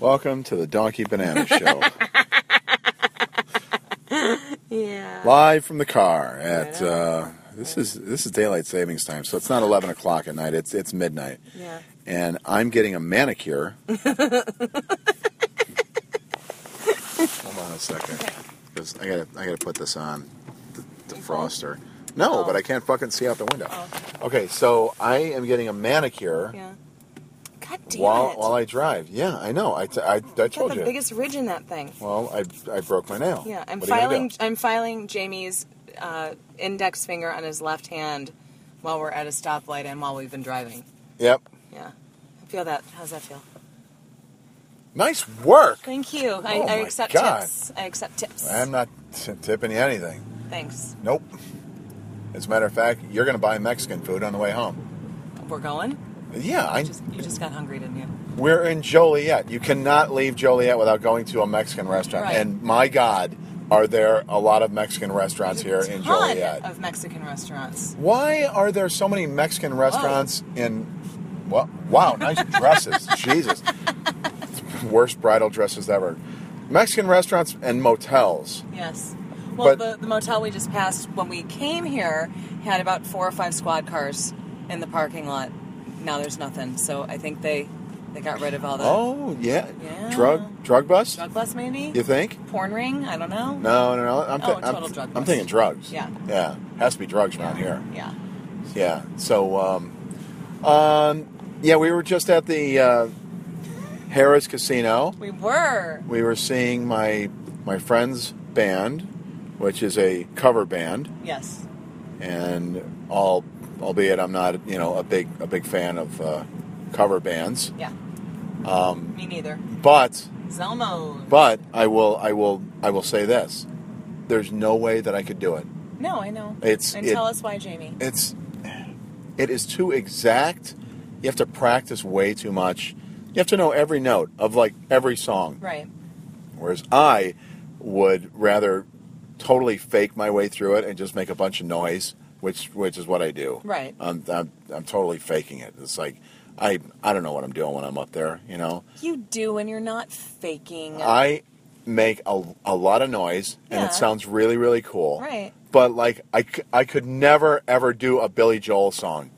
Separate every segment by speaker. Speaker 1: Welcome to the Donkey Banana Show,
Speaker 2: Yeah.
Speaker 1: live from the car. At uh, this is this is daylight savings time, so it's not eleven o'clock at night. It's it's midnight,
Speaker 2: Yeah.
Speaker 1: and I'm getting a manicure. Hold on a second, 'cause I gotta I gotta put this on the, the froster. No,
Speaker 2: Oh.
Speaker 1: but I can't fucking see out the window.
Speaker 2: Oh.
Speaker 1: Okay, so I am getting a manicure
Speaker 2: Yeah. God damn
Speaker 1: while
Speaker 2: it.
Speaker 1: while I drive. Yeah, I know. I, t- I, I
Speaker 2: Got
Speaker 1: told
Speaker 2: the
Speaker 1: you.
Speaker 2: biggest ridge in that thing.
Speaker 1: Well, I, I broke my nail.
Speaker 2: Yeah, I'm
Speaker 1: What are you gonna
Speaker 2: filing.
Speaker 1: do?
Speaker 2: I'm filing Jamie's uh, index finger on his left hand while we're at a stoplight and while we've been driving.
Speaker 1: Yep.
Speaker 2: Yeah, I feel that. How's that feel?
Speaker 1: Nice work.
Speaker 2: Thank you. I,
Speaker 1: Oh
Speaker 2: I
Speaker 1: my
Speaker 2: accept
Speaker 1: God.
Speaker 2: tips. I accept tips.
Speaker 1: I'm not t- tipping you anything.
Speaker 2: Thanks.
Speaker 1: Nope. As a matter of fact, you're going to buy Mexican food on the way home.
Speaker 2: We're going.
Speaker 1: Yeah, I,
Speaker 2: Just, you just got hungry, didn't you?
Speaker 1: we're in Joliet. You cannot leave Joliet without going to a Mexican restaurant.
Speaker 2: Right.
Speaker 1: And my God, are there a lot of Mexican restaurants here
Speaker 2: There's a
Speaker 1: in
Speaker 2: ton
Speaker 1: Joliet?
Speaker 2: of Mexican restaurants.
Speaker 1: Why are there so many
Speaker 2: Oh.
Speaker 1: Mexican restaurants in? Well, wow, nice dresses. Jesus, worst bridal dresses ever. Mexican restaurants and motels.
Speaker 2: Yes. Well,
Speaker 1: But-
Speaker 2: the, the motel we just passed when we came here had about four or five squad cars in the parking lot. Now there's nothing, so I think they they got rid of all that.
Speaker 1: Oh yeah,
Speaker 2: Yeah.
Speaker 1: drug drug bust.
Speaker 2: Drug bust, maybe?
Speaker 1: You think?
Speaker 2: Porn ring? I don't know.
Speaker 1: No, no, no. I'm, thi-
Speaker 2: Oh, total
Speaker 1: I'm,
Speaker 2: drug
Speaker 1: I'm
Speaker 2: bust.
Speaker 1: thinking drugs.
Speaker 2: Yeah.
Speaker 1: yeah. Has to be drugs around here.
Speaker 2: Yeah.
Speaker 1: Yeah. So, um, um, yeah, we were just at the uh, Harris Casino.
Speaker 2: We were.
Speaker 1: we were seeing my my friend's band, which is a cover band,
Speaker 2: Yes.
Speaker 1: and all albeit I'm not you know a big a big fan of uh, cover bands,
Speaker 2: Yeah. Um, Me neither.
Speaker 1: but
Speaker 2: Zelmo.
Speaker 1: but I will I will I will say this: there's no way that I could do it.
Speaker 2: no, I know.
Speaker 1: It's-
Speaker 2: and
Speaker 1: it-
Speaker 2: tell us why, Jamie.
Speaker 1: It's it is too exact. You have to practice way too much. You have to know every note of like every song.
Speaker 2: Right.
Speaker 1: Whereas I would rather totally fake my way through it and just make a bunch of noise, which which is what I do.
Speaker 2: Right.
Speaker 1: I'm I'm, I'm totally faking it. It's like I I don't know what I'm doing when I'm up there. You know,
Speaker 2: You do, and you're not faking.
Speaker 1: I make a, a lot of noise and
Speaker 2: Yeah.
Speaker 1: it sounds really really cool.
Speaker 2: Right.
Speaker 1: But like I, c- I could never ever do a Billy Joel song,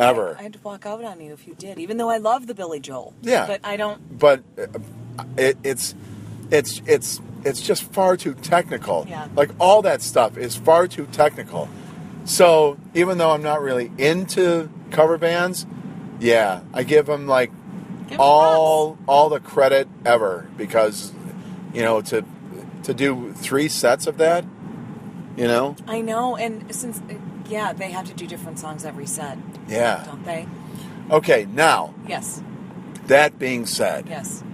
Speaker 1: ever.
Speaker 2: I, would walk out on you if you did, even though I love the Billy Joel.
Speaker 1: Yeah.
Speaker 2: But I don't.
Speaker 1: but uh, it, it's it's it's it's just far too technical.
Speaker 2: Yeah.
Speaker 1: Like all that stuff is far too technical. So even though I'm not really into cover bands, yeah, I give them like
Speaker 2: Give 'em
Speaker 1: all all the credit ever because you know to to do three sets of that, you know,
Speaker 2: props. I know, and since yeah, they have to do different songs every set,
Speaker 1: yeah.
Speaker 2: don't they?
Speaker 1: Okay, now
Speaker 2: Yes.
Speaker 1: that being said,
Speaker 2: Yes.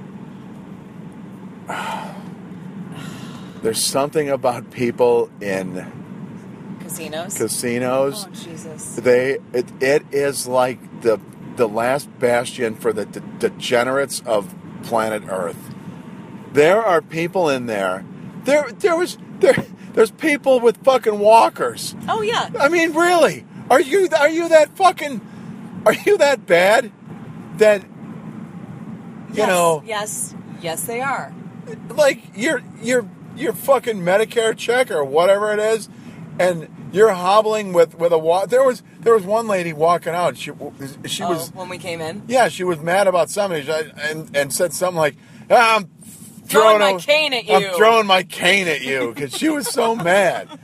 Speaker 1: there's something about people in
Speaker 2: Casinos.
Speaker 1: casinos.
Speaker 2: oh Jesus.
Speaker 1: They it, it is like the the last bastion for the de- degenerates of planet Earth. There are people in there. There there was there there's people with fucking walkers.
Speaker 2: Oh yeah.
Speaker 1: I mean, really? Are you are you that fucking are you that bad that you
Speaker 2: yes,
Speaker 1: know
Speaker 2: Yes. Yes, they are.
Speaker 1: like your your your fucking Medicare check or whatever it is, and you're hobbling with with a walk. There was there was one lady walking out. She she
Speaker 2: oh,
Speaker 1: was
Speaker 2: when we came in.
Speaker 1: yeah she was mad about something She- and and said something like "Ah, I'm throwing
Speaker 2: Throwing my
Speaker 1: a-
Speaker 2: cane at you."
Speaker 1: I'm throwing my cane at you because she was so mad.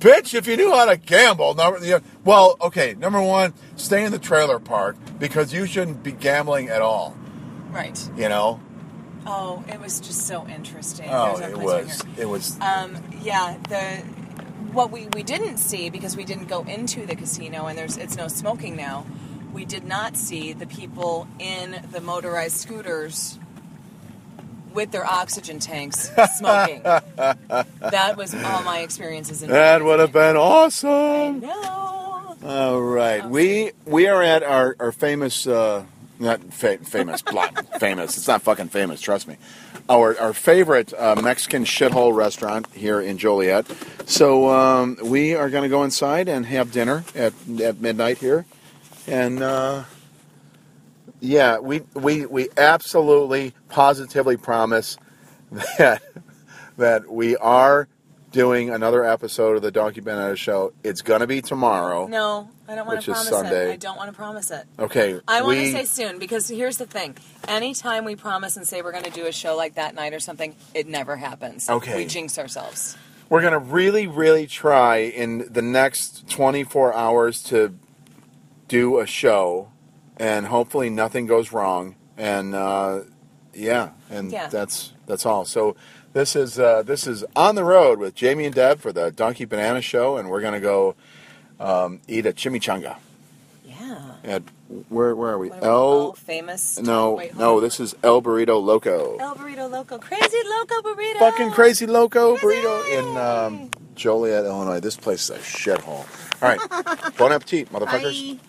Speaker 1: Bitch, if you knew how to gamble, number, yeah, well, okay. Number one, stay in the trailer park because you shouldn't be gambling at all.
Speaker 2: Right.
Speaker 1: You know?
Speaker 2: Oh, it was just so interesting.
Speaker 1: Oh,
Speaker 2: There's that
Speaker 1: it
Speaker 2: place right
Speaker 1: was,
Speaker 2: here.
Speaker 1: it was.
Speaker 2: Um, yeah, the what we, we didn't see because we didn't go into the casino and there's it's no smoking now. We did not see the people in the motorized scooters with their oxygen tanks smoking. that was all my experiences in
Speaker 1: That would have
Speaker 2: Vegas.
Speaker 1: been awesome.
Speaker 2: No.
Speaker 1: All right, we we are at our our famous uh, not fa- famous blah, famous. It's not fucking famous. Trust me. Our our favorite uh, Mexican shithole restaurant here in Joliet. So um, we are going to go inside and have dinner at at midnight here, and uh, yeah, we we we absolutely positively promise that that we are doing another episode of the Donkey Banana Show. It's gonna be tomorrow.
Speaker 2: No, I don't want
Speaker 1: Which
Speaker 2: to
Speaker 1: is
Speaker 2: promise
Speaker 1: Sunday.
Speaker 2: it. I don't want to promise it.
Speaker 1: Okay.
Speaker 2: I want
Speaker 1: we-
Speaker 2: to say soon because here's the thing. Anytime we promise and say we're going to do a show like that night or something, it never happens.
Speaker 1: Okay.
Speaker 2: We jinx ourselves.
Speaker 1: we're gonna really, really try in the next 24 hours to do a show, and hopefully nothing goes wrong. And uh, yeah, and
Speaker 2: Yeah.
Speaker 1: that's that's all. So this is uh, this is on the road with Jamie and Deb for the Donkey Banana Show, and we're gonna go um, eat a chimichanga.
Speaker 2: Yeah.
Speaker 1: At where where are we?
Speaker 2: What are we, all
Speaker 1: El
Speaker 2: famous.
Speaker 1: no
Speaker 2: Wait, hold
Speaker 1: no,
Speaker 2: on.
Speaker 1: this is El Burrito Loco.
Speaker 2: El Burrito Loco, crazy Loco Burrito.
Speaker 1: fucking crazy loco
Speaker 2: Crazy!
Speaker 1: burrito in um, Joliet, Illinois. This place is a shithole. All right, bon appetit, motherfuckers.
Speaker 2: Bye.